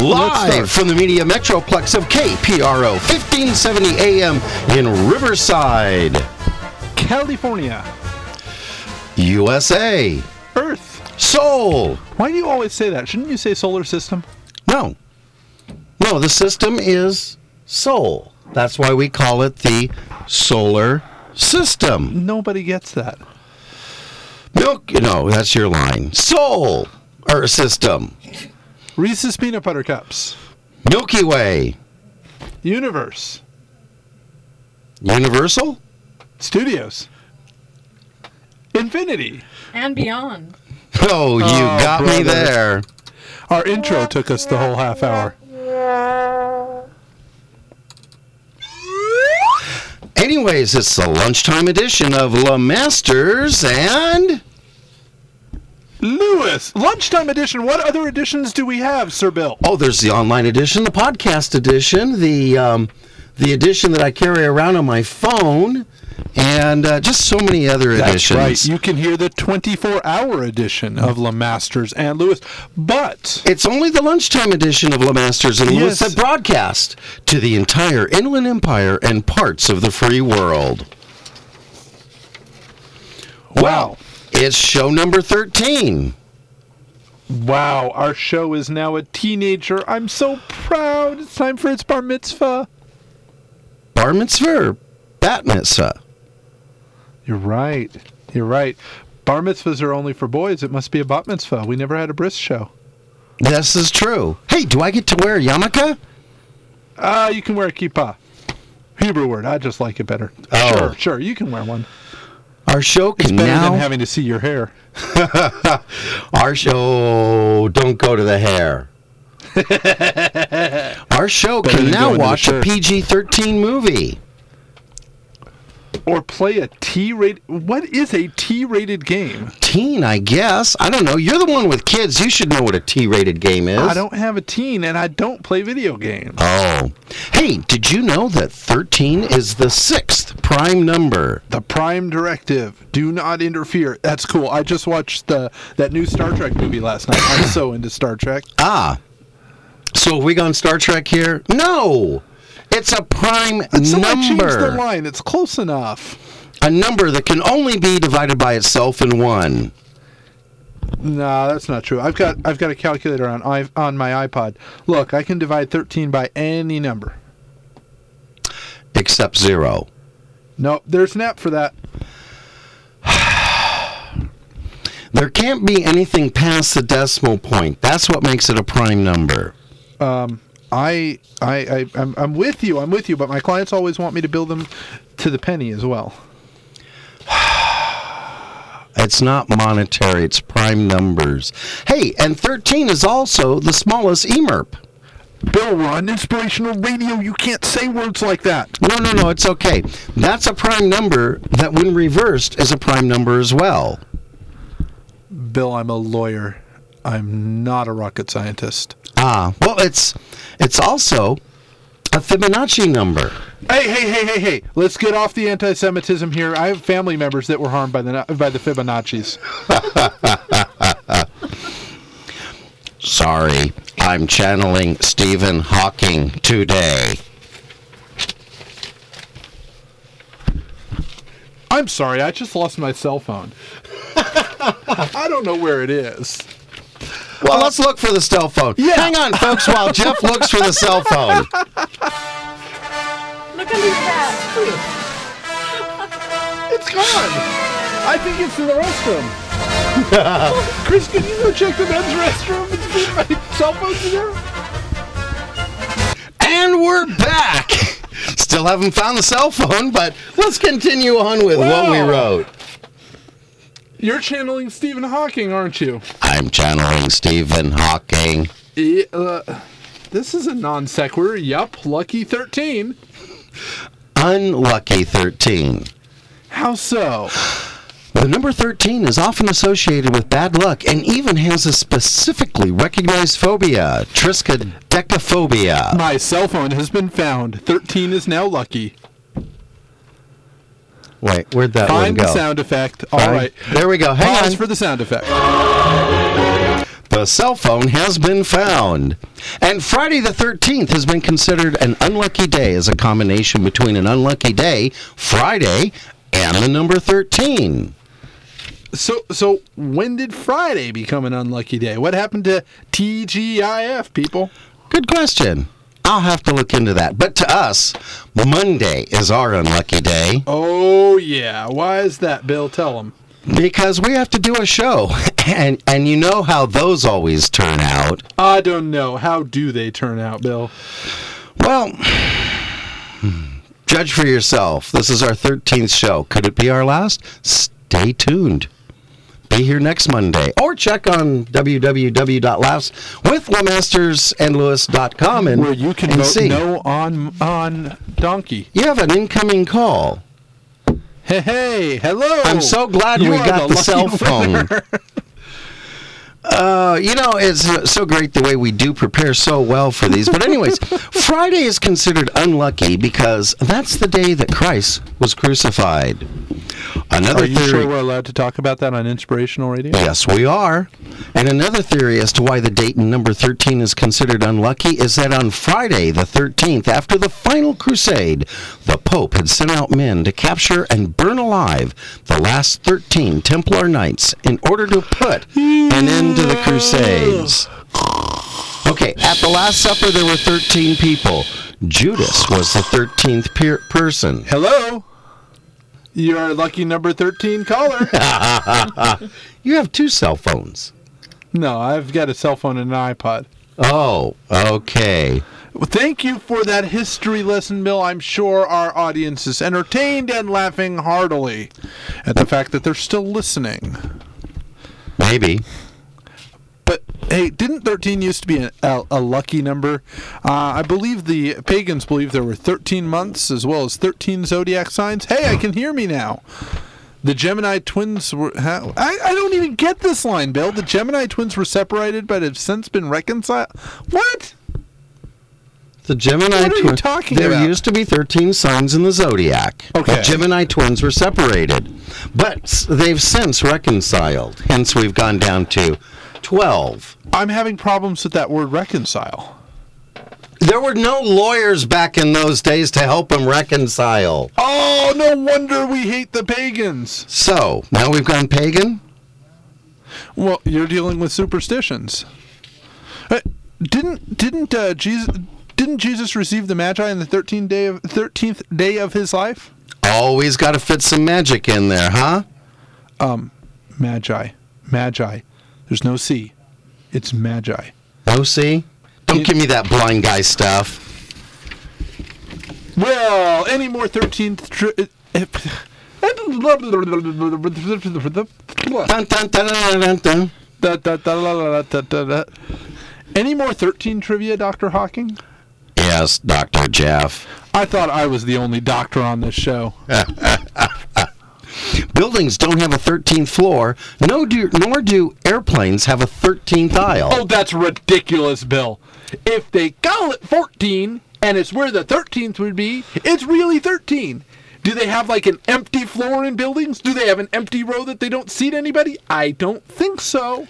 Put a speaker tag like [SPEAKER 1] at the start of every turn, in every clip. [SPEAKER 1] Live from the Media Metroplex of KPRO 1570 AM in Riverside,
[SPEAKER 2] California.
[SPEAKER 1] USA.
[SPEAKER 2] Earth.
[SPEAKER 1] Soul.
[SPEAKER 2] Why do you always say that? Shouldn't you say solar system?
[SPEAKER 1] No. No, the system is soul. That's why we call it the solar system.
[SPEAKER 2] Nobody gets that.
[SPEAKER 1] Milk, no, that's your line. Soul or system.
[SPEAKER 2] Reese's peanut butter cups.
[SPEAKER 1] Milky Way.
[SPEAKER 2] Universe.
[SPEAKER 1] Universal?
[SPEAKER 2] Studios. Infinity.
[SPEAKER 3] and beyond.
[SPEAKER 1] Oh, you got me
[SPEAKER 2] brother.
[SPEAKER 1] there.
[SPEAKER 2] Our intro took us the whole half hour.
[SPEAKER 1] Anyways, it's the lunchtime edition of La Masters and
[SPEAKER 2] Lewis. Lunchtime edition. What other editions do we have, Sir Bill?
[SPEAKER 1] oh, there's the online edition, the podcast edition, the um, the edition that I carry around on my phone, and uh, just so many other editions.
[SPEAKER 2] right. You can hear the 24 hour edition of La Masters and Lewis. But
[SPEAKER 1] It's only the lunchtime edition of La Masters and Lewis
[SPEAKER 2] Yes.
[SPEAKER 1] that broadcast to the entire Inland Empire and parts of the free world.
[SPEAKER 2] Wow.
[SPEAKER 1] It's show number 13.
[SPEAKER 2] Wow, our show is now a teenager. I'm so proud. It's time for its bar mitzvah.
[SPEAKER 1] Bar mitzvah, bat mitzvah.
[SPEAKER 2] You're right. You're right. Bar mitzvahs are only for boys. It must be a bat mitzvah. We never had a bris show.
[SPEAKER 1] This is true. Hey, do I get to wear a yarmulke?
[SPEAKER 2] Ah, you can wear a kippah. Hebrew word. I just like it better.
[SPEAKER 1] Oh.
[SPEAKER 2] Sure, sure. You can wear one.
[SPEAKER 1] Our show
[SPEAKER 2] It's
[SPEAKER 1] can
[SPEAKER 2] better
[SPEAKER 1] now.
[SPEAKER 2] than having to see your hair.
[SPEAKER 1] Our show, don't go to the hair. Our show can
[SPEAKER 2] than
[SPEAKER 1] now
[SPEAKER 2] going to the
[SPEAKER 1] watch a
[SPEAKER 2] church.
[SPEAKER 1] PG 13 movie.
[SPEAKER 2] Or play a T-rated. What is a T-rated game?
[SPEAKER 1] Teen, I guess. I don't know. You're the one with kids. You should know what a T rated game is.
[SPEAKER 2] I don't have a teen, and I don't play video games.
[SPEAKER 1] Oh. Hey, did you know that 13 is the sixth prime number?
[SPEAKER 2] The Prime Directive. Do not interfere. That's cool. I just watched the that new Star Trek movie last night. I'm so into Star Trek.
[SPEAKER 1] Ah. So have we gone Star Trek here? No. It's a prime
[SPEAKER 2] So I changed the
[SPEAKER 1] number.
[SPEAKER 2] line. It's close enough.
[SPEAKER 1] A number that can only be divided by itself in one.
[SPEAKER 2] No, that's not true. I've got I've got a calculator on i on my iPod. Look, I can divide 13 by any number.
[SPEAKER 1] except zero.
[SPEAKER 2] No, there's an app for that.
[SPEAKER 1] There can't be anything past the decimal point. That's what makes it a prime number.
[SPEAKER 2] I I, I I'm, I'm with you. I'm with you. But my clients always want me to build them to the penny as well.
[SPEAKER 1] It's not monetary, it's prime numbers. Hey, and 13 is also the smallest E EMERP.
[SPEAKER 2] Bill, we're on inspirational radio. You can't say words like that.
[SPEAKER 1] No, no, no, it's okay. That's a prime number that, when reversed, is a prime number as well.
[SPEAKER 2] Bill, I'm a lawyer. I'm not a rocket scientist.
[SPEAKER 1] Ah, well, it's it's also a Fibonacci number.
[SPEAKER 2] Hey, hey, hey, hey, hey! Let's get off the anti-Semitism here. I have family members that were harmed by the by the Fibonacci's.
[SPEAKER 1] Sorry, I'm channeling Stephen Hawking today.
[SPEAKER 2] I'm sorry, I just lost my cell phone. I don't know where it is.
[SPEAKER 1] Well, let's look for the cell phone.
[SPEAKER 2] Yeah.
[SPEAKER 1] Hang on, folks, while Jeff looks for the cell phone.
[SPEAKER 3] Look under that.
[SPEAKER 2] It's gone. I think it's in the restroom. Chris, can you go check the men's restroom and see if my cell phone's in there?
[SPEAKER 1] And we're back. Still haven't found the cell phone, but let's continue on with what we
[SPEAKER 2] Wow.
[SPEAKER 1] wrote.
[SPEAKER 2] You're channeling Stephen Hawking, aren't you?
[SPEAKER 1] I'm channeling Stephen Hawking.
[SPEAKER 2] E- uh, this is a non sequitur. Yup, lucky thirteen.
[SPEAKER 1] Unlucky 13.
[SPEAKER 2] How so?
[SPEAKER 1] The number 13 is often associated with bad luck and even has a specifically recognized phobia, triskaidekaphobia.
[SPEAKER 2] My cell phone has been found. 13 is now lucky.
[SPEAKER 1] Wait, where'd that one
[SPEAKER 2] Find
[SPEAKER 1] go?
[SPEAKER 2] the sound effect. All
[SPEAKER 1] Fine.
[SPEAKER 2] right.
[SPEAKER 1] There we go. Hang
[SPEAKER 2] Pause
[SPEAKER 1] on.
[SPEAKER 2] for the sound effect.
[SPEAKER 1] The cell phone has been found. And Friday the 13th has been considered an unlucky day as a combination between an unlucky day, Friday, and the number 13.
[SPEAKER 2] So, so when did Friday become an unlucky day? What happened to TGIF, people?
[SPEAKER 1] Good question. I'll have to look into that. But to us, Monday is our unlucky day
[SPEAKER 2] Oh yeah, why is that, Bill? Tell him.
[SPEAKER 1] because we have to do a show. And and you know how those always turn out.
[SPEAKER 2] I don't know. How do they turn out, Bill?
[SPEAKER 1] Well, judge for yourself. This is our 13th show. Could it be our last? Stay tuned. Be here next Monday or check on www.laughswithlemastersandlewis.com and
[SPEAKER 2] Where you can
[SPEAKER 1] and
[SPEAKER 2] vote
[SPEAKER 1] see.
[SPEAKER 2] no on on donkey.
[SPEAKER 1] You have an incoming call.
[SPEAKER 2] Hey, hey, hello.
[SPEAKER 1] I'm so glad
[SPEAKER 2] You
[SPEAKER 1] we
[SPEAKER 2] are
[SPEAKER 1] got the,
[SPEAKER 2] lucky
[SPEAKER 1] cell
[SPEAKER 2] winner.
[SPEAKER 1] phone. Uh, you know, it's uh, so great the way we do prepare so well for these. But, anyways, Friday is considered unlucky because that's the day that Christ was crucified. Another
[SPEAKER 2] Are you
[SPEAKER 1] theory.
[SPEAKER 2] sure we're allowed to talk about that on Inspirational Radio?
[SPEAKER 1] Yes, we are. And another theory as to why the date in number 13 is considered unlucky is that on Friday, the 13th, after the final crusade, the Pope had sent out men to capture and burn alive the last 13 Templar Knights in order to put an end to the crusades. Okay, at the Last Supper, there were 13 people. Judas was the 13th per- person.
[SPEAKER 2] Hello. You are lucky number thirteen caller.
[SPEAKER 1] You have two cell phones.
[SPEAKER 2] no, I've got a cell phone and an iPod.
[SPEAKER 1] Oh, okay.
[SPEAKER 2] Well, thank you for that history lesson, Bill. I'm sure our audience is entertained and laughing heartily at the fact that they're still listening.
[SPEAKER 1] Maybe.
[SPEAKER 2] But hey, didn't 13 used to be a, a, a lucky number? Uh, I believe the pagans believed there were 13 months as well as 13 zodiac signs. Hey, I can hear me now. The Gemini twins were. How, I, I don't even get this line, Bill. The Gemini twins were separated but have since been reconciled. What?
[SPEAKER 1] The Gemini
[SPEAKER 2] What are you
[SPEAKER 1] twin-
[SPEAKER 2] talking
[SPEAKER 1] there
[SPEAKER 2] about?
[SPEAKER 1] used to be 13 signs in the zodiac.
[SPEAKER 2] Okay.
[SPEAKER 1] The Gemini twins were separated, but s- they've since reconciled. Hence, we've gone down to 12.
[SPEAKER 2] I'm having problems with that word reconcile.
[SPEAKER 1] There were no lawyers back in those days to help them reconcile.
[SPEAKER 2] Oh, no wonder we hate the pagans.
[SPEAKER 1] So now we've gone pagan.
[SPEAKER 2] Well, you're dealing with superstitions. Uh, didn't didn't uh, Jesus didn't Jesus receive the Magi on the thirteenth day of thirteenth day of his life?
[SPEAKER 1] Always got to fit some magic in there, huh?
[SPEAKER 2] Magi, Magi. There's no C. It's Magi.
[SPEAKER 1] Oh, see? Don't give me that blind guy stuff.
[SPEAKER 2] Well, any more thirteenth. Tri- uh,
[SPEAKER 1] Dun, dun, dun, dun, dun, dun.
[SPEAKER 2] Any more 13 trivia, Dr. Hawking?
[SPEAKER 1] Yes, Dr. Jeff.
[SPEAKER 2] I thought I was the only doctor on this show.
[SPEAKER 1] Buildings don't have a 13th floor, no do, nor do airplanes have a 13th aisle.
[SPEAKER 2] Oh, that's ridiculous, Bill. If they call it 14 and it's where the 13th would be, it's really 13. Do they have like an empty floor in buildings? Do they have an empty row that they don't seat anybody? I don't think so.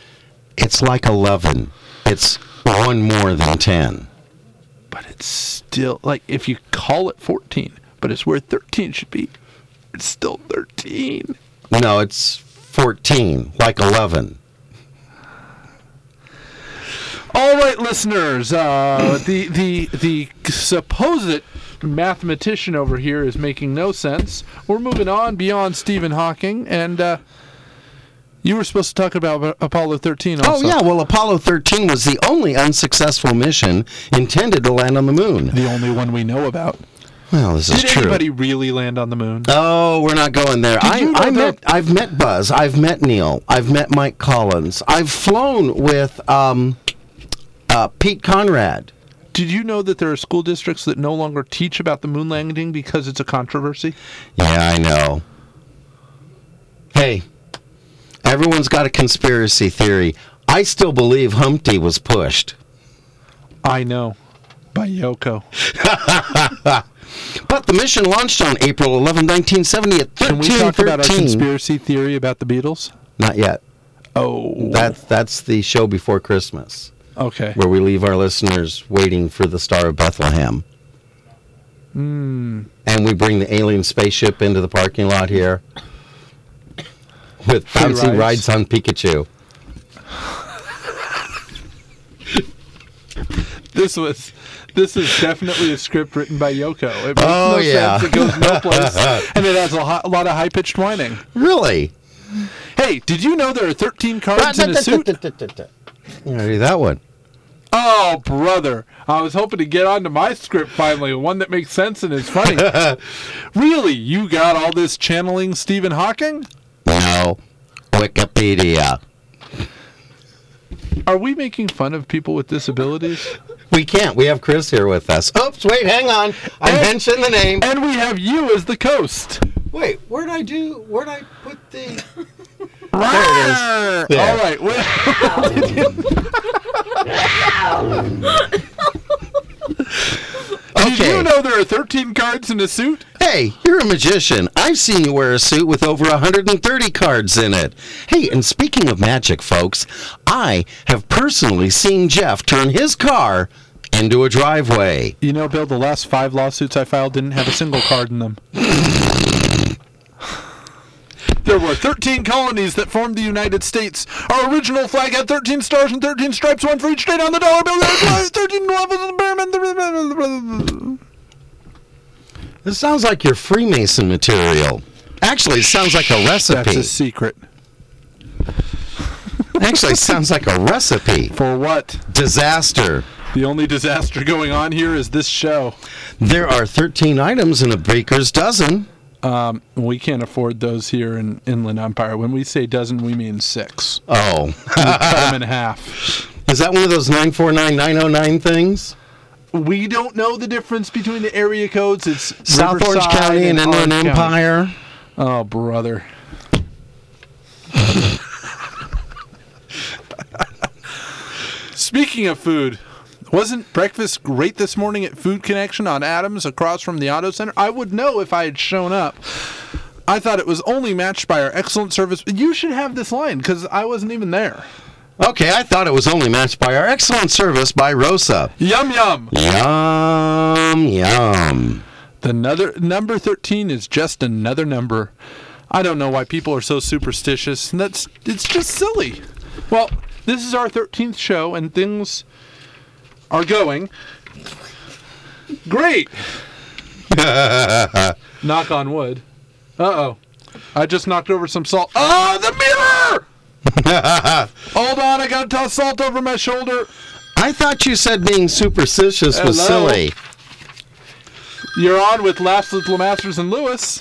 [SPEAKER 1] It's like 11. It's one more than 10.
[SPEAKER 2] But it's still like if you call it 14, but it's where 13 should be, it's still 13.
[SPEAKER 1] No, it's 14, like 11.
[SPEAKER 2] All right, listeners. Uh, the the the supposed mathematician over here is making no sense. We're moving on beyond Stephen Hawking, and uh, you were supposed to talk about Apollo thirteen.
[SPEAKER 1] Oh,
[SPEAKER 2] Also.
[SPEAKER 1] yeah, well, Apollo 13 was the only unsuccessful mission intended to land on the moon.
[SPEAKER 2] the only one we know about.
[SPEAKER 1] Well, this is
[SPEAKER 2] Did
[SPEAKER 1] true.
[SPEAKER 2] anybody really land on the moon?
[SPEAKER 1] Oh, we're not going there. I,
[SPEAKER 2] you know
[SPEAKER 1] I
[SPEAKER 2] that-
[SPEAKER 1] met, I've met Buzz. I've met Neil. I've met Mike Collins. I've flown with um, uh, Pete Conrad.
[SPEAKER 2] Did you know that there are school districts that no longer teach about the moon landing because it's a controversy?
[SPEAKER 1] Yeah, I know. Hey, Everyone's got a conspiracy theory. I still believe Humpty was pushed.
[SPEAKER 2] I know. By Yoko.
[SPEAKER 1] But the mission launched on April 11, 1970 at 13,
[SPEAKER 2] Can we talk about our
[SPEAKER 1] 13.
[SPEAKER 2] conspiracy theory about the Beatles?
[SPEAKER 1] Not yet.
[SPEAKER 2] Oh,
[SPEAKER 1] That's that's the show before Christmas,
[SPEAKER 2] okay.
[SPEAKER 1] where we leave our listeners waiting for the Star of Bethlehem.
[SPEAKER 2] Hmm.
[SPEAKER 1] And we bring the alien spaceship into the parking lot here with
[SPEAKER 2] Free
[SPEAKER 1] bouncy
[SPEAKER 2] rides.
[SPEAKER 1] rides. on Pikachu.
[SPEAKER 2] This was this is definitely a script written by Yoko. It makes
[SPEAKER 1] Oh,
[SPEAKER 2] no
[SPEAKER 1] yeah.
[SPEAKER 2] sense. It goes no place, and it has a, hi- a lot of high pitched whining.
[SPEAKER 1] Really?
[SPEAKER 2] Hey, did you know there are thirteen cards in a suit?
[SPEAKER 1] Yeah, I do that one.
[SPEAKER 2] Oh, brother! I was hoping to get onto my script finally, one that makes sense and is funny. really, you got all this channeling Stephen Hawking?
[SPEAKER 1] No. Wikipedia.
[SPEAKER 2] Are we making fun of people with disabilities?
[SPEAKER 1] We can't. We have Chris here with us. Oops, wait, hang on. I
[SPEAKER 2] Hey.
[SPEAKER 1] mentioned the name.
[SPEAKER 2] And we have you as the coast.
[SPEAKER 1] Wait, where'd I do? Where'd I put the.
[SPEAKER 2] There
[SPEAKER 1] it is. There.
[SPEAKER 2] Ah! All right. well- Did
[SPEAKER 1] Okay.
[SPEAKER 2] you know there are 13 cards in a suit?
[SPEAKER 1] Hey, you're a magician. I've seen you wear a suit with over 130 cards in it. Hey, and speaking of magic, folks, I have personally seen Jeff turn his car into a driveway.
[SPEAKER 2] You know, Bill, the last five lawsuits I filed didn't have a single card in them. There were 13 colonies that formed the United States. Our original flag had 13 stars and 13 stripes, one for each state on the dollar bill. There was 13 levels of the
[SPEAKER 1] This sounds like your Freemason material. Actually, it sounds like a
[SPEAKER 2] That's
[SPEAKER 1] recipe.
[SPEAKER 2] a secret.
[SPEAKER 1] Actually, it sounds like a recipe.
[SPEAKER 2] For what?
[SPEAKER 1] Disaster.
[SPEAKER 2] The only disaster going on here is this show.
[SPEAKER 1] There are 13 items in a baker's dozen.
[SPEAKER 2] Um, we can't afford those here in Inland Empire. When we say dozen, we mean six.
[SPEAKER 1] Oh,
[SPEAKER 2] Cut them in half.
[SPEAKER 1] is that one of those 949909 things?
[SPEAKER 2] We don't know the difference between the area codes. It's
[SPEAKER 1] South Orange
[SPEAKER 2] Riverside
[SPEAKER 1] County and
[SPEAKER 2] Orange
[SPEAKER 1] Inland
[SPEAKER 2] County.
[SPEAKER 1] Empire.
[SPEAKER 2] Oh, brother. Speaking of food, wasn't breakfast great this morning at Food Connection on Adams across from the Auto Center? I would know if I had shown up. I thought it was only matched by our excellent service. You should have this line because I wasn't even there.
[SPEAKER 1] Okay, I thought it was only matched by our excellent service by Rosa.
[SPEAKER 2] Yum yum.
[SPEAKER 1] Yum, yum.
[SPEAKER 2] The another number thirteen is just another number. I don't know why people are so superstitious, and that's it's just silly. Well, this is our thirteenth show, and things are going great. Knock on wood. Uh oh, I just knocked over some salt. Ah, the mirror! Hold on, I gotta toss salt over my shoulder.
[SPEAKER 1] I thought you said being superstitious was
[SPEAKER 2] Hello?
[SPEAKER 1] silly.
[SPEAKER 2] You're on with Laughs with Lamasters and Lewis.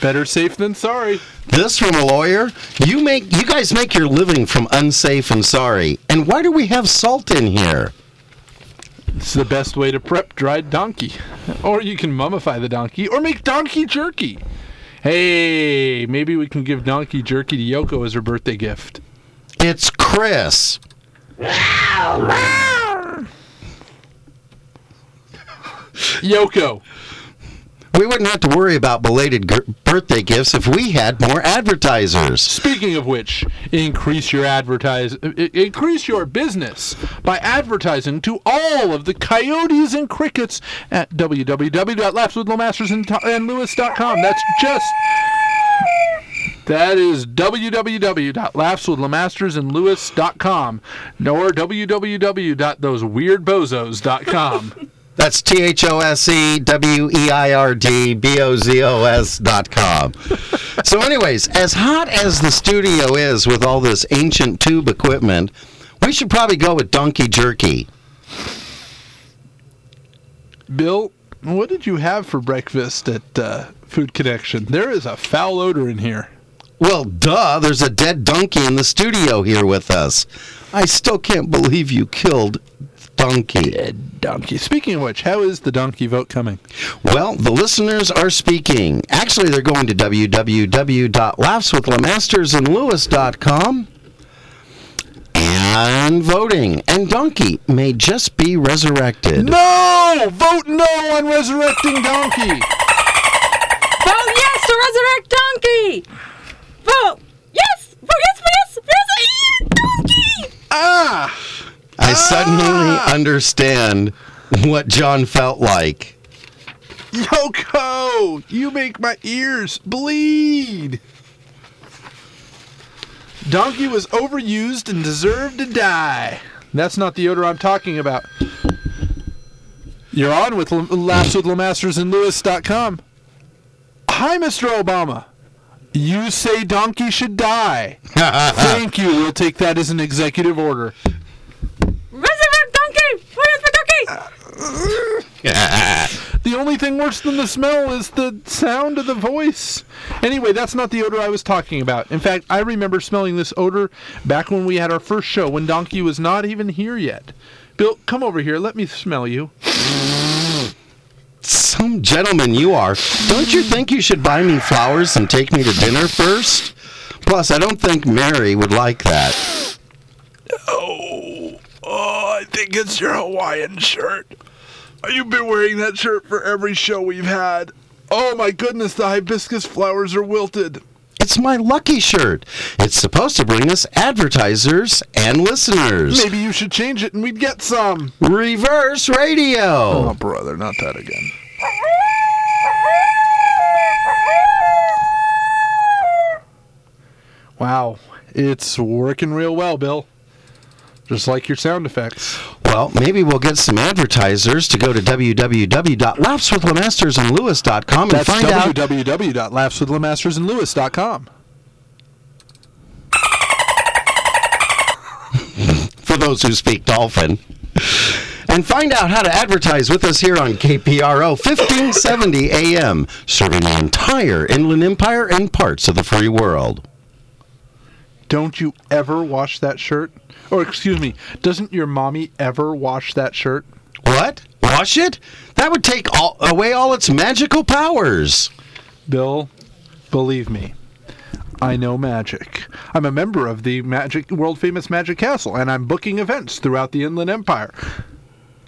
[SPEAKER 2] Better safe than sorry.
[SPEAKER 1] This from a lawyer? You make you guys make your living from unsafe and sorry. And why do we have salt in here?
[SPEAKER 2] It's the best way to prep dried donkey. Or you can mummify the donkey or make donkey jerky. Hey, maybe we can give donkey jerky to Yoko as her birthday gift.
[SPEAKER 1] It's Chris.
[SPEAKER 2] Yoko,
[SPEAKER 1] We wouldn't have to worry about belated gr- birthday gifts if we had more advertisers.
[SPEAKER 2] speaking of which, increase your advertise i- increase your business by advertising to all of the coyotes and crickets at www.laughswithlowmastersandlewis.com. That's just That is www.laughswithlemastersandlewis.com or www.thoseweirdbozos.com.
[SPEAKER 1] That's T H O S E W E I R D B O Z O S dot com. so, anyways, as hot as the studio is with all this ancient tube equipment, we should probably go with donkey jerky.
[SPEAKER 2] Bill, what did you have for breakfast at uh, Food Connection? There is a foul odor in here.
[SPEAKER 1] Well, duh, there's a dead donkey in the studio here with us. I still can't believe you killed donkey.
[SPEAKER 2] Donkey. Speaking of which, how is the donkey vote coming?
[SPEAKER 1] Well, the listeners are speaking. Actually, they're going to www.laughswithlemastersandlewis.com and voting. And Donkey may just be resurrected.
[SPEAKER 2] No! Vote no on resurrecting donkey!
[SPEAKER 3] Vote Oh, yes to resurrect donkey. Vote yes. Vote yes for yes. Resurrect donkey.
[SPEAKER 2] ah!
[SPEAKER 1] I suddenly understand what John felt like.
[SPEAKER 2] Yoko! You make my ears bleed! Donkey was overused and deserved to die. That's not the odor I'm talking about. You're on with L- Laughs with Lamasters and Lewis.com. Hi, Mr. Obama. You say Donkey should die. Thank you. We'll take that as an executive order.
[SPEAKER 3] Resurrect donkey. Vote yes for donkey.
[SPEAKER 2] The only thing worse than the smell is the sound of the voice. Anyway, that's not the odor I was talking about. In fact, I remember smelling this odor back when we had our first show when Donkey was not even here yet. Bill, come over here. Let me smell you.
[SPEAKER 1] Some gentleman you are. Don't you think you should buy me flowers and take me to dinner first? Plus, I don't think Mary would like that.
[SPEAKER 2] Oh, oh I think it's your Hawaiian shirt. You've been wearing that shirt for every show we've had. Oh my goodness, the hibiscus flowers are wilted.
[SPEAKER 1] It's my lucky shirt. It's supposed to bring us advertisers and listeners.
[SPEAKER 2] Maybe you should change it and we'd get some.
[SPEAKER 1] Reverse radio.
[SPEAKER 2] Oh, brother, not that again. Wow, it's working real well, Bill. Just like your sound effects.
[SPEAKER 1] Well, maybe we'll get some advertisers to go to www.lapswithlemastersandlewis.com and
[SPEAKER 2] That's
[SPEAKER 1] find out.
[SPEAKER 2] www.laughswithlemastersandlewis.com.
[SPEAKER 1] for those who speak dolphin. And find out how to advertise with us here on KPRO 1570 AM, serving the entire Inland Empire and parts of the free world.
[SPEAKER 2] Don't you ever wash that shirt? Or excuse me, doesn't your mommy ever wash that shirt?
[SPEAKER 1] What? Wash it? That would take all, away all its magical powers.
[SPEAKER 2] Bill, believe me, I know magic. I'm a member of the magic world famous Magic Castle, and I'm booking events throughout the Inland Empire.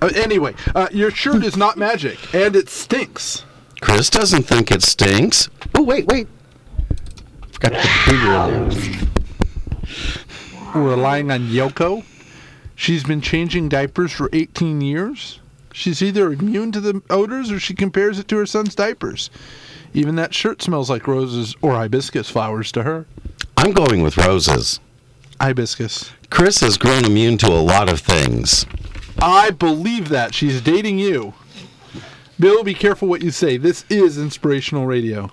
[SPEAKER 2] Uh, anyway, uh, your shirt is not magic, and it stinks.
[SPEAKER 1] Chris doesn't think it stinks. Oh, wait, wait. Forgot to put the beer in there.
[SPEAKER 2] Relying on Yoko, she's been changing diapers for 18 years. She's either immune to the odors or she compares it to her son's diapers. Even that shirt smells like roses or hibiscus flowers to her.
[SPEAKER 1] I'm going with roses.
[SPEAKER 2] Hibiscus.
[SPEAKER 1] Chris has grown immune to a lot of things.
[SPEAKER 2] I believe that. She's dating you. Bill, be careful what you say. This is inspirational radio.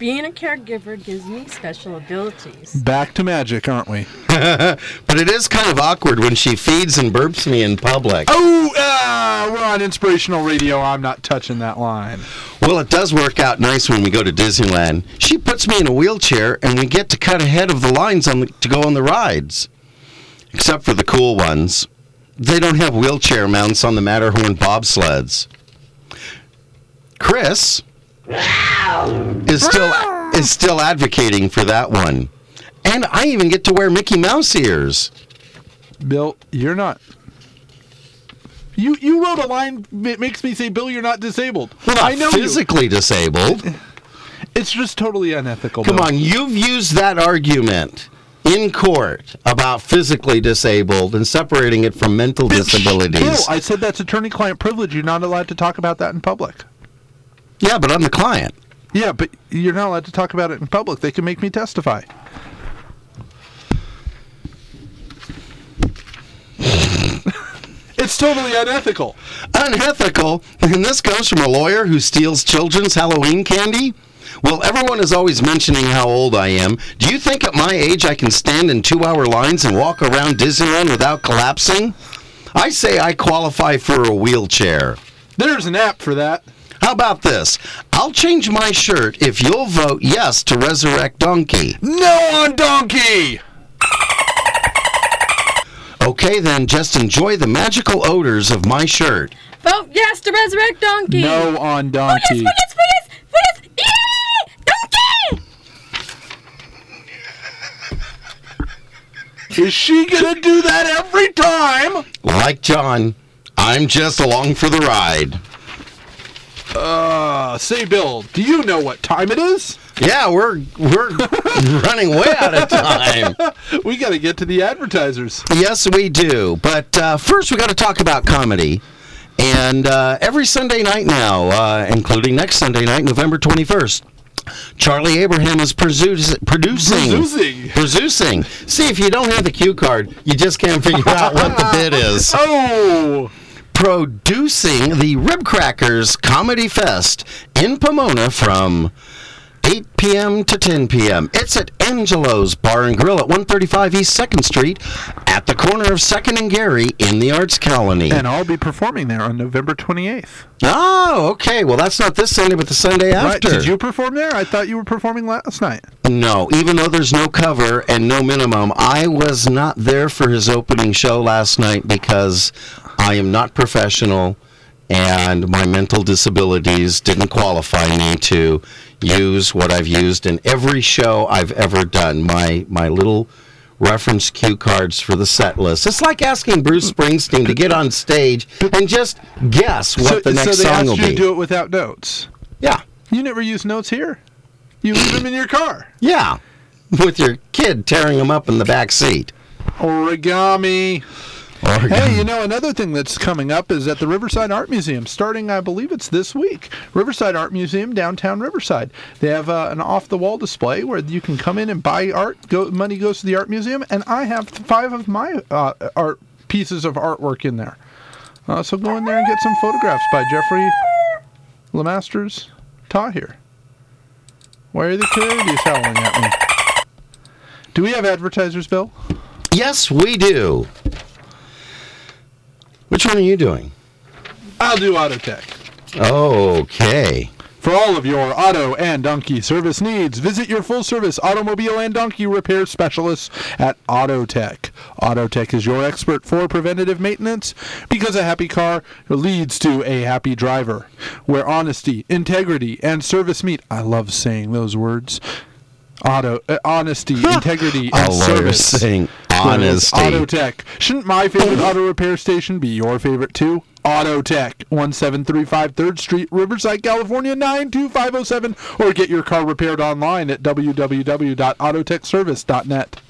[SPEAKER 3] Being a caregiver gives me special abilities.
[SPEAKER 2] Back to magic, aren't we?
[SPEAKER 1] But it is kind of awkward when she feeds and burps me in public.
[SPEAKER 2] Oh, ah, we're on inspirational radio. I'm not touching that line.
[SPEAKER 1] Well, it does work out nice when we go to Disneyland. She puts me in a wheelchair, and we get to cut ahead of the lines on the, to go on the rides, except for the cool ones. They don't have wheelchair mounts on the Matterhorn bobsleds. Chris is still is still advocating for that one, and I even get to wear Mickey Mouse ears.
[SPEAKER 2] Bill, you're not. You you wrote a line that makes me say, Bill, you're not disabled.
[SPEAKER 1] Well, not
[SPEAKER 2] I know you.
[SPEAKER 1] physically disabled.
[SPEAKER 2] It's just totally unethical.
[SPEAKER 1] Come
[SPEAKER 2] Bill.
[SPEAKER 1] on, you've used that argument in court about physically disabled and separating it from mental
[SPEAKER 2] Bill,
[SPEAKER 1] disabilities.
[SPEAKER 2] I said that's attorney-client privilege. You're not allowed to talk about that in public.
[SPEAKER 1] yeah, but I'm the client.
[SPEAKER 2] Yeah, but you're not allowed to talk about it in public. They can make me testify. it's totally unethical.
[SPEAKER 1] Unethical, and this comes from a lawyer who steals children's Halloween candy? Well, everyone is always mentioning how old I am. Do you think at my age I can stand in two hour lines and walk around Disneyland without collapsing? I say I qualify for a wheelchair.
[SPEAKER 2] There's an app for that.
[SPEAKER 1] How about this? I'll change my shirt if you'll vote yes to Resurrect Donkey.
[SPEAKER 2] No on donkey.
[SPEAKER 1] Okay, then just enjoy the magical odors of my shirt.
[SPEAKER 3] Vote Oh, yes to resurrect donkey.
[SPEAKER 2] No on
[SPEAKER 3] Vote yes,
[SPEAKER 2] donkey.
[SPEAKER 3] vote yes, vote yes, vote yes. Yay! Donkey!
[SPEAKER 2] Is she gonna do that every time?
[SPEAKER 1] Like John, I'm just along for the ride.
[SPEAKER 2] Uh, say, Bill, do you know what time it is?
[SPEAKER 1] Yeah, we're we're running way out of time.
[SPEAKER 2] We gotta get to the advertisers.
[SPEAKER 1] Yes, we do. But uh, first, we got to talk about comedy. And uh, every Sunday night now, uh, including next Sunday night, November 21st, Charlie Abraham is produce- producing.
[SPEAKER 2] Producing.
[SPEAKER 1] Producing. See, if you don't have the cue card, you just can't figure out what the bit is.
[SPEAKER 2] Oh,
[SPEAKER 1] Producing the Rib Crackers Comedy Fest in Pomona from 8 p.m. to 10 p.m. It's at Angelo's Bar and Grill at 135 East 2nd Street at the corner of 2nd and Gary in the Arts Colony.
[SPEAKER 2] and I'll be performing there on November 28th.
[SPEAKER 1] oh, okay. Well, that's not this Sunday, but the Sunday
[SPEAKER 2] Right?
[SPEAKER 1] after.
[SPEAKER 2] Did you perform there? I thought you were performing last night.
[SPEAKER 1] No, even though there's no cover and no minimum, I was not there for his opening show last night because I am not professional and my mental disabilities didn't qualify me to use what I've used in every show I've ever done. My my little reference cue cards for the set list. It's like asking Bruce Springsteen to get on stage and just guess what the next
[SPEAKER 2] so they
[SPEAKER 1] song
[SPEAKER 2] asked
[SPEAKER 1] will
[SPEAKER 2] you
[SPEAKER 1] be.
[SPEAKER 2] to do it without notes.
[SPEAKER 1] yeah.
[SPEAKER 2] You never use notes here. You leave them in your car.
[SPEAKER 1] Yeah. With your kid tearing him up in the back seat.
[SPEAKER 2] Origami.
[SPEAKER 1] Oregon.
[SPEAKER 2] Hey, you know, another thing that's coming up is at the Riverside Art Museum, starting, I believe it's this week. Riverside Art Museum, downtown Riverside. They have uh, an off the wall display where you can come in and buy art. Go, money goes to the art museum, and I have five of my uh, art pieces of artwork in there. Uh, so go in there and get some photographs by Jeffrey Lemasters Tahir. Why are the coyotes howling at me? Do we have advertisers, Bill?
[SPEAKER 1] Yes, we do. Which one are you doing?
[SPEAKER 2] I'll do AutoTech.
[SPEAKER 1] Okay.
[SPEAKER 2] For all of your auto and donkey service needs, visit your full service automobile and donkey repair specialists at Autotech. Autotech is your expert for preventative maintenance because a happy car leads to a happy driver. Where honesty, integrity, and service meet. I love saying those words. Auto uh, honesty, integrity,
[SPEAKER 1] I
[SPEAKER 2] and
[SPEAKER 1] love
[SPEAKER 2] service.
[SPEAKER 1] saying
[SPEAKER 2] Service.
[SPEAKER 1] honesty.
[SPEAKER 2] Autotech. Shouldn't my favorite auto repair station be your favorite too? Autotech, 17353rd Street, Riverside, California, 92507, or get your car repaired online at www.autotechservice.net.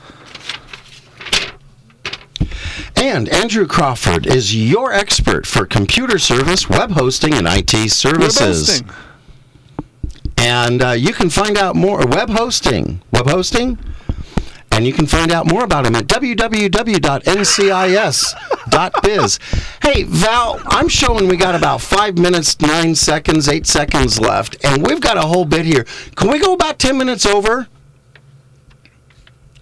[SPEAKER 1] And Andrew Crawford is your expert for computer service, web hosting, and IT services.
[SPEAKER 2] Web hosting.
[SPEAKER 1] And uh, you can find out more web hosting, web hosting, and you can find out more about him at www.ncis.biz. hey Val, I'm showing we got about five minutes, nine seconds, eight seconds left, and we've got a whole bit here. Can we go about ten minutes over?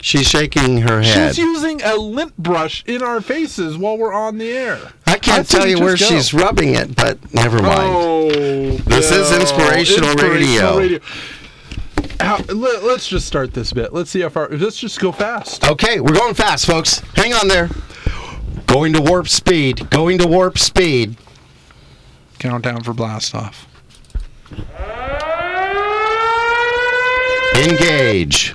[SPEAKER 1] She's shaking her head.
[SPEAKER 2] She's using a lint brush in our faces while we're on the air.
[SPEAKER 1] I can't
[SPEAKER 2] I think
[SPEAKER 1] tell you
[SPEAKER 2] just
[SPEAKER 1] where
[SPEAKER 2] go.
[SPEAKER 1] she's rubbing it, but never mind.
[SPEAKER 2] Oh,
[SPEAKER 1] This is
[SPEAKER 2] no.
[SPEAKER 1] inspirational radio.
[SPEAKER 2] How- let, us just start this bit. Let's see how far. Let's just go fast.
[SPEAKER 1] Okay, we're going fast, folks. Hang on there. Going to warp speed. Going to warp speed.
[SPEAKER 2] Countdown for blast off.
[SPEAKER 1] Engage.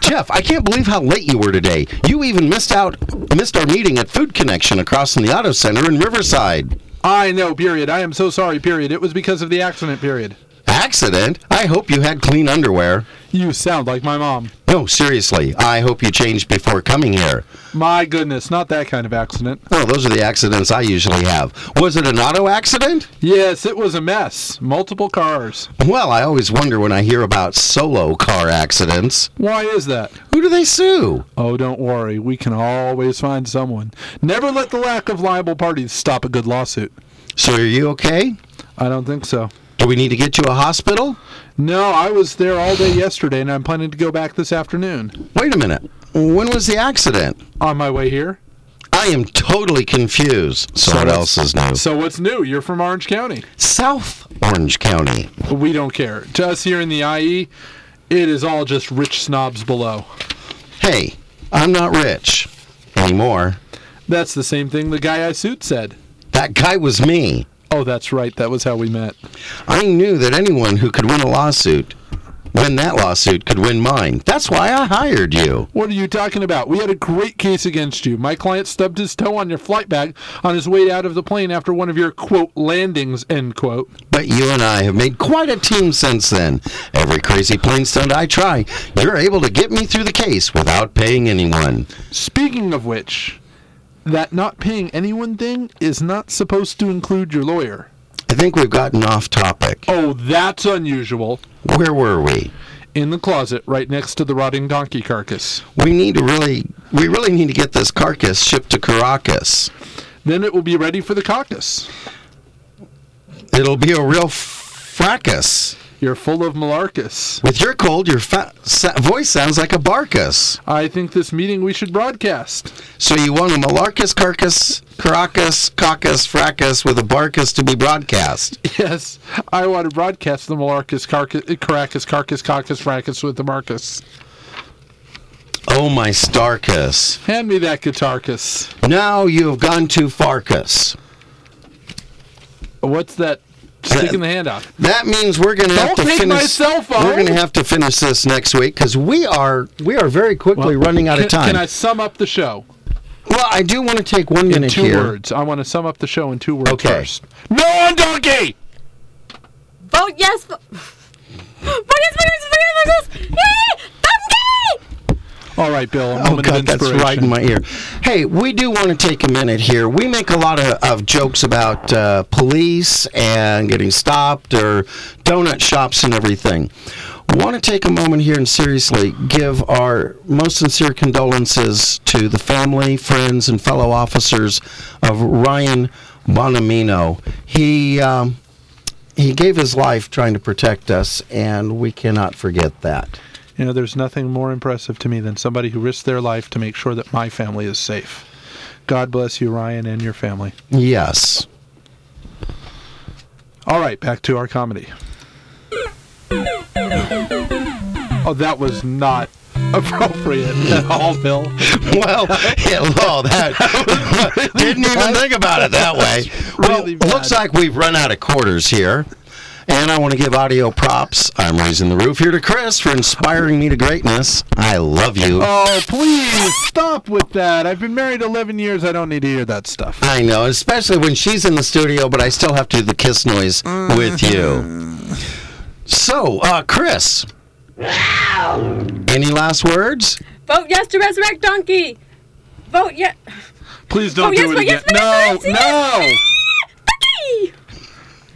[SPEAKER 1] Jeff, I can't believe how late you were today. You even missed out missed our meeting at Food Connection across from the Auto Center in Riverside.
[SPEAKER 2] I know, period. I am so sorry, period. It was because of the accident, period.
[SPEAKER 1] Accident? I hope you had clean underwear.
[SPEAKER 2] You sound like my mom.
[SPEAKER 1] No, seriously. I hope you changed before coming here.
[SPEAKER 2] My goodness, not that kind of accident.
[SPEAKER 1] Oh, those are the accidents I usually have. Was it an auto accident?
[SPEAKER 2] Yes, it was a mess. Multiple cars.
[SPEAKER 1] Well, I always wonder when I hear about solo car accidents.
[SPEAKER 2] Why is that?
[SPEAKER 1] Who do they sue?
[SPEAKER 2] Oh, don't worry. We can always find someone. Never let the lack of liable parties stop a good lawsuit.
[SPEAKER 1] So are you okay?
[SPEAKER 2] I don't think so.
[SPEAKER 1] Do we need to get you a hospital?
[SPEAKER 2] No, I was there all day yesterday and I'm planning to go back this afternoon.
[SPEAKER 1] Wait a minute. When was the accident?
[SPEAKER 2] On my way here.
[SPEAKER 1] I am totally confused. So, what
[SPEAKER 2] what's-
[SPEAKER 1] else is new?
[SPEAKER 2] So what's new? You're from Orange County.
[SPEAKER 1] South Orange County.
[SPEAKER 2] We don't care. To us here in the IE, it is all just rich snobs below.
[SPEAKER 1] Hey, I'm not rich anymore.
[SPEAKER 2] That's the same thing the guy I sued said.
[SPEAKER 1] That guy was me.
[SPEAKER 2] Oh, that's right. That was how we met.
[SPEAKER 1] I knew that anyone who could win a lawsuit, win that lawsuit, could win mine. That's why I hired you.
[SPEAKER 2] What are you talking about? We had a great case against you. My client stubbed his toe on your flight bag on his way out of the plane after one of your quote landings end quote.
[SPEAKER 1] But you and I have made quite a team since then. Every crazy plane stunt I try, you're able to get me through the case without paying anyone.
[SPEAKER 2] Speaking of which, that not paying anyone thing is not supposed to include your lawyer.
[SPEAKER 1] I think we've gotten off topic.
[SPEAKER 2] Oh, that's unusual.
[SPEAKER 1] Where were we?
[SPEAKER 2] In the closet, right next to the rotting donkey carcass.
[SPEAKER 1] We need to really, we really need to get this carcass shipped to Caracas.
[SPEAKER 2] Then it will be ready for the caucus.
[SPEAKER 1] It'll be a real f- fracas.
[SPEAKER 2] You're full of malarcus.
[SPEAKER 1] With your cold, your fa- sa- voice sounds like a barkus.
[SPEAKER 2] I think this meeting we should broadcast.
[SPEAKER 1] So you want a malarcus carcass, Caracas, caucus, fracas with a barkus to be broadcast.
[SPEAKER 2] Yes, I want to broadcast the malarcus carcass, caracas, carcass, caucus, fracas with the marcus.
[SPEAKER 1] Oh my starkus.
[SPEAKER 2] Hand me that guitarcus.
[SPEAKER 1] Now you have gone too farkus.
[SPEAKER 2] What's that? Sticking the hand out.
[SPEAKER 1] That means we're going to have to
[SPEAKER 2] Don't take my
[SPEAKER 1] finish.
[SPEAKER 2] cell phone.
[SPEAKER 1] We're going to have to finish this next week because we are we are very quickly running out
[SPEAKER 2] Can,
[SPEAKER 1] of time.
[SPEAKER 2] can I sum up the show
[SPEAKER 1] well, I do want to take one
[SPEAKER 2] in
[SPEAKER 1] minute
[SPEAKER 2] two
[SPEAKER 1] here.
[SPEAKER 2] words? I want to sum up the show in two words
[SPEAKER 1] Okay.
[SPEAKER 2] first. No on donkey.
[SPEAKER 3] Vote Oh, yes. Vote vote yes. Vote yes. Vote yes. Vote yes. Yay! Donkey!
[SPEAKER 2] All right, Bill. A
[SPEAKER 1] Oh
[SPEAKER 2] moment
[SPEAKER 1] God,
[SPEAKER 2] of
[SPEAKER 1] that's right in
[SPEAKER 2] inspiration.
[SPEAKER 1] my ear. Hey, we do want to take a minute here. We make a lot of, of jokes about uh, police and getting stopped or donut shops and everything. Want to take a moment here and seriously give our most sincere condolences to the family, friends, and fellow officers of Ryan Bonamino. He um, he gave his life trying to protect us, and we cannot forget that.
[SPEAKER 2] You know, there's nothing more impressive to me than somebody who risked their life to make sure that my family is safe. God bless you, Ryan, and your family.
[SPEAKER 1] Yes.
[SPEAKER 2] All right, back to our comedy. Oh, that was not appropriate at all, Bill.
[SPEAKER 1] Well, yeah, well, that didn't even think about it that way. Well,
[SPEAKER 2] really bad.
[SPEAKER 1] looks like we've run out of quarters here. And I want to give audio props. I'm raising the roof here to Chris for inspiring me to greatness. I love you.
[SPEAKER 2] Oh, please stop with that. I've been married 11 years. I don't need to hear that stuff.
[SPEAKER 1] I know, especially when she's in the studio, but I still have to do the kiss noise with
[SPEAKER 2] Mm-hmm.
[SPEAKER 1] you. So, uh, Chris, any last words?
[SPEAKER 3] Vote Oh, yes to resurrect donkey. Oh, Vote yes.
[SPEAKER 2] Please don't
[SPEAKER 3] Oh, yes,
[SPEAKER 2] do it
[SPEAKER 3] but
[SPEAKER 2] again.
[SPEAKER 3] yes, but yes,
[SPEAKER 2] no,
[SPEAKER 3] but
[SPEAKER 2] no.
[SPEAKER 3] yes, Donkey!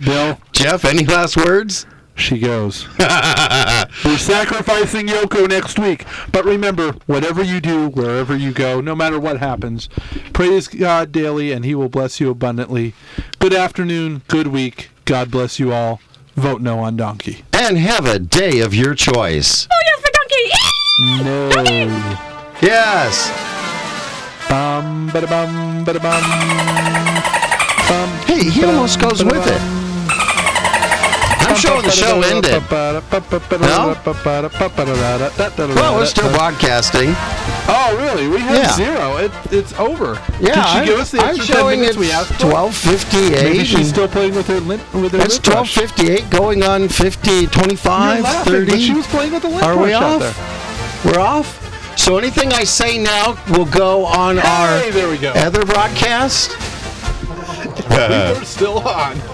[SPEAKER 2] Bill,
[SPEAKER 1] Jeff, any last words?
[SPEAKER 2] she goes. We're sacrificing Yoko next week. But remember, whatever you do, wherever you go, no matter what happens, praise God daily and he will bless you abundantly. Good afternoon, good week. God bless you all. Vote no on Donkey.
[SPEAKER 1] And have a day of your choice.
[SPEAKER 3] Vote yes for oh, donkey! Yay! Donkey!
[SPEAKER 1] Yes.
[SPEAKER 2] Bum, bada bum, bada bum.
[SPEAKER 1] Hey, he almost goes
[SPEAKER 2] uh,
[SPEAKER 1] with it. I'm showing the show ended.
[SPEAKER 2] No?
[SPEAKER 1] Well, we're still broadcasting.
[SPEAKER 2] Oh, really? We have
[SPEAKER 1] Yeah.
[SPEAKER 2] zero. It, it's over. Did
[SPEAKER 1] Yeah,
[SPEAKER 2] she
[SPEAKER 1] I'm,
[SPEAKER 2] give us the
[SPEAKER 1] I'm
[SPEAKER 2] extra 10
[SPEAKER 1] showing
[SPEAKER 2] minutes
[SPEAKER 1] it's
[SPEAKER 2] we asked for?
[SPEAKER 1] 12:58.
[SPEAKER 2] Maybe she's
[SPEAKER 1] and
[SPEAKER 2] still playing with her lint, with her
[SPEAKER 1] It's
[SPEAKER 2] lint brush.
[SPEAKER 1] 12:58, going on 50,
[SPEAKER 2] You're
[SPEAKER 1] 25,
[SPEAKER 2] laughing,
[SPEAKER 1] 30.
[SPEAKER 2] but she was playing with the lint
[SPEAKER 1] Are
[SPEAKER 2] brush
[SPEAKER 1] we
[SPEAKER 2] out
[SPEAKER 1] off?
[SPEAKER 2] there.
[SPEAKER 1] We're off. So anything I say now will go on
[SPEAKER 2] Hey,
[SPEAKER 1] our
[SPEAKER 2] there we go.
[SPEAKER 1] other broadcast.
[SPEAKER 2] We're still on.